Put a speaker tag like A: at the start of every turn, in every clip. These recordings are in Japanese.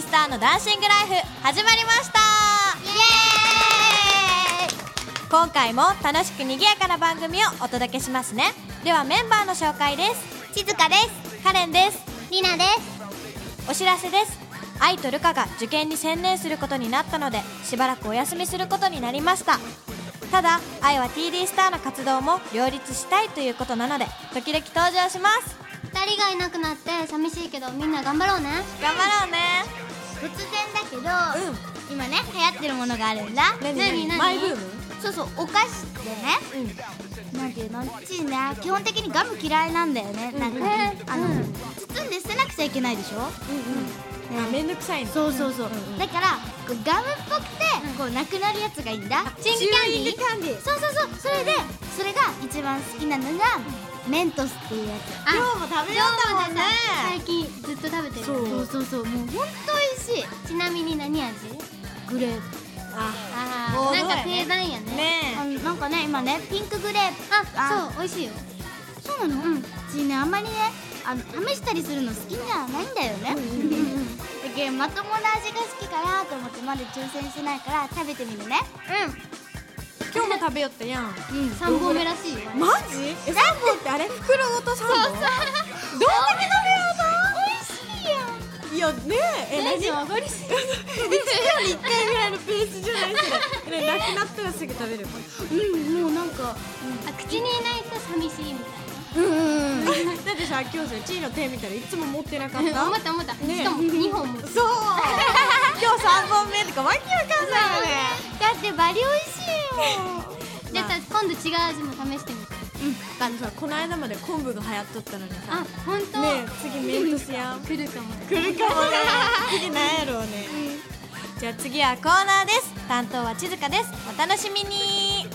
A: スターのダンシングライフ始まりましたイエーイ今回も楽しく賑やかな番組をお届けしますねではメンバーの紹介です
B: 静香です
A: カレンです
B: りなです
A: お知らせです愛とルカが受験に専念することになったのでしばらくお休みすることになりましたただ愛は TD スターの活動も両立したいということなので時々登場します
B: 2人がいなくなって寂しいけどみんな頑張ろうね
A: 頑張ろうね
B: 突然だけど、
A: うん
B: 今ね流行ってるものがあるんだ
A: 何
B: 何
A: 何
B: 何
A: マイブーム
B: そうそうお菓子でね、なんていうのうちね基本的にガム嫌いなんだよね、なんか、あの、包んで捨てなくちゃいけないでしょ、
A: あめんどくさいの
B: そうそうそう、だからこうガムっぽくて、こうなくなるやつがいいんだチュ
A: チューイングキャンディー
B: そうそうそうそれでそれが一番好きなのがメントスっていうやつ
A: 今日も食べようだもんね
B: 最近ずっと食べてる
A: そう
B: そうそうそうもう本当美味しいちなみに何味グレープ
A: あ
B: あ
A: ー
B: なんか
A: 王道やね
B: 定番やね
A: ねえ
B: あのなんかね今ねピンクグレープ
C: あ
B: そう美味しいよそうなのうんうちねあんまりねあの試したりするの好きじゃないんだよねだけどまともな味が好きかなと思ってまだ挑戦してないから食べてみるね
A: 今日も食べよったやん
B: うん3本目らしいよ
A: マジえ三本ってあれ袋ごと 三本どんだけ
B: 美味しいよ
A: 食べよういやねええ何
B: 上がりすぎ
A: 一回ぐらいのペースじゃないそれねなくなったらすぐ食べる
B: うんもうなんか
C: あ口にいないと寂しいみた
B: うんうんうん
A: だってさ今日さチーの手見たらいつも持ってなかっ
C: いな
A: た
C: 思った思った、
A: ね
C: しかも2本も
A: そう今日三本目とかわけわかんないよね
B: だってバリ美味しい
C: じゃあ今度違う味も試してみて
B: よ
A: あのさこの間まで昆布が流行っとったのにさ
C: あ本当、
A: ねえ次メントスやん
C: 来るかも
A: 来るかもね次なんやろうね、じゃあ次はコーナーです担当は千塚ですお楽しみに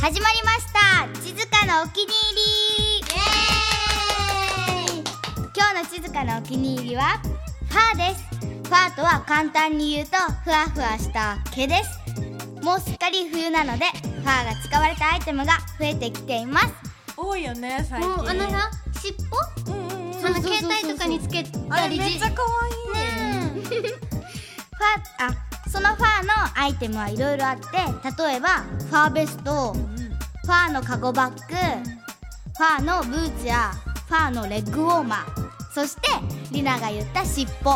B: 始まりました地塚のお気に入り今日の地塚のお気に入りはファーですファーとは簡単に言うとふわふわした毛ですもうすっかり冬なのでファーが使われたアイテムが増えてきています
A: 多いよね最近
C: もうあのさ尻
A: う
C: 尾
A: んうんうん
C: あの携帯とかにつけ
A: あ
C: た
A: れ
C: り
A: めっちゃ可愛
B: フ
A: い、
B: ァーあそのファーのアイテムはいろいろあって例えばファーベスト、ファーのカゴバッグ、ファーのブーツやファーのレッグウォーマーそしてりなが言った尻尾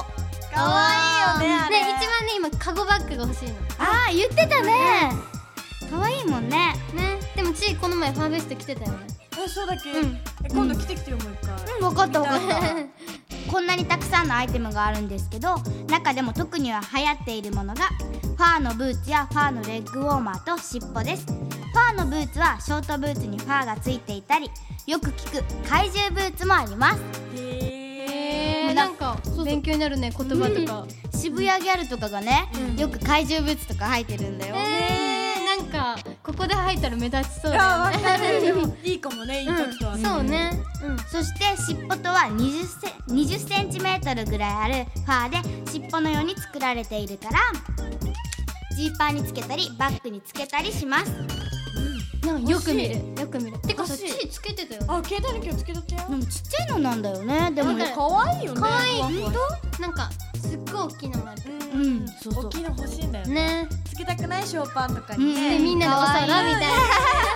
B: あ
A: かわいいよねあ
C: で
A: れ
C: 一番ね今カゴバッグが欲しいのね
B: あ言ってたね可愛いもんね
C: でもちいこの前ファーベスト着てたよね
A: えそうだっけ、
B: うん
A: え今度来てきてよもう一回、
B: うん分かった分か
A: 見た
B: った こんなにたくさんのアイテムがあるんですけど中でも特には流行っているものがファーのブーツやファーのレッグウォーマーと尻尾ですファーのブーツはショートブーツにファーがついていたりよく聞く怪獣ブーツもあります
C: えー、なんか勉強になるね言葉とか
B: 渋谷ギャルとかがね、よく怪獣ブーツとか履いてるんだよ、
C: えー、なんかここで入ったら目立ちそうだ
A: あ、わ
C: よね
A: かる。 でもいいかもね、インパクトはね。
C: そうね
B: そして尻尾とは20セ20センチメートルぐらいあるファーで尻尾のように作られているからジーパンにつけたりバッグにつけたりします
C: なんかよく見る
A: 欲
C: よく見るてかさ
A: 欲しい
C: ちいつけてたよ
A: あ、携帯に今日つけとったよ
B: で。もちっちゃいのなんだよねでもね
C: わか
A: 可愛いよね。
C: 可愛い
A: ふわふわ
C: なんかすっごい大きいのもある
A: う
B: うん
A: ん、
B: そうそう
A: 大きいの欲しいんだよね。
C: ね
A: つけたくないショーパンとかに
B: う
A: ね。
C: でみんなでお皿みたいな
A: な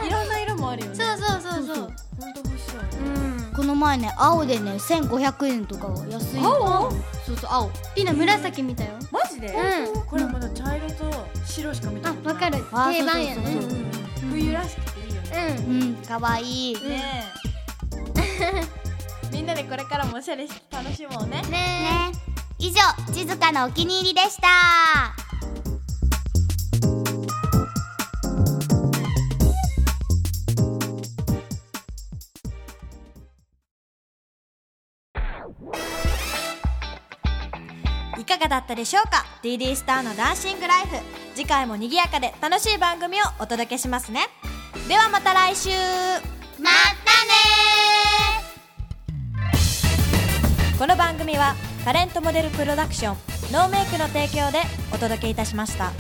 A: いろんな色もあるよね。
C: そうそうそうそう
A: 本当欲しいよね。
C: うん
B: この前ね青でね1500円とかは安いの
A: 青？
B: そうそう青
C: りな紫見たよ
A: マジで？
C: うん
A: これまだ茶色と白しか見た
C: あ
A: こと
C: わ
A: ない。
C: かる
B: あー
C: 定番や
B: そう
A: うん
B: そう
A: うん
C: ね
A: うん。冬らしくていいよね。
C: うん
B: うんかわいいね
A: ねえ。みん なでこれからもおしゃれし楽しもうね。
C: ね
B: 以上地塚のお気に入りでした
A: いかがだったでしょうか DD スターのダンシングライフ次回も賑やかで楽しい番組をお届けしますねではまた来週
B: またね
A: この番組はタレントモデルプロダクションノーメイクの提供でお届けいたしました。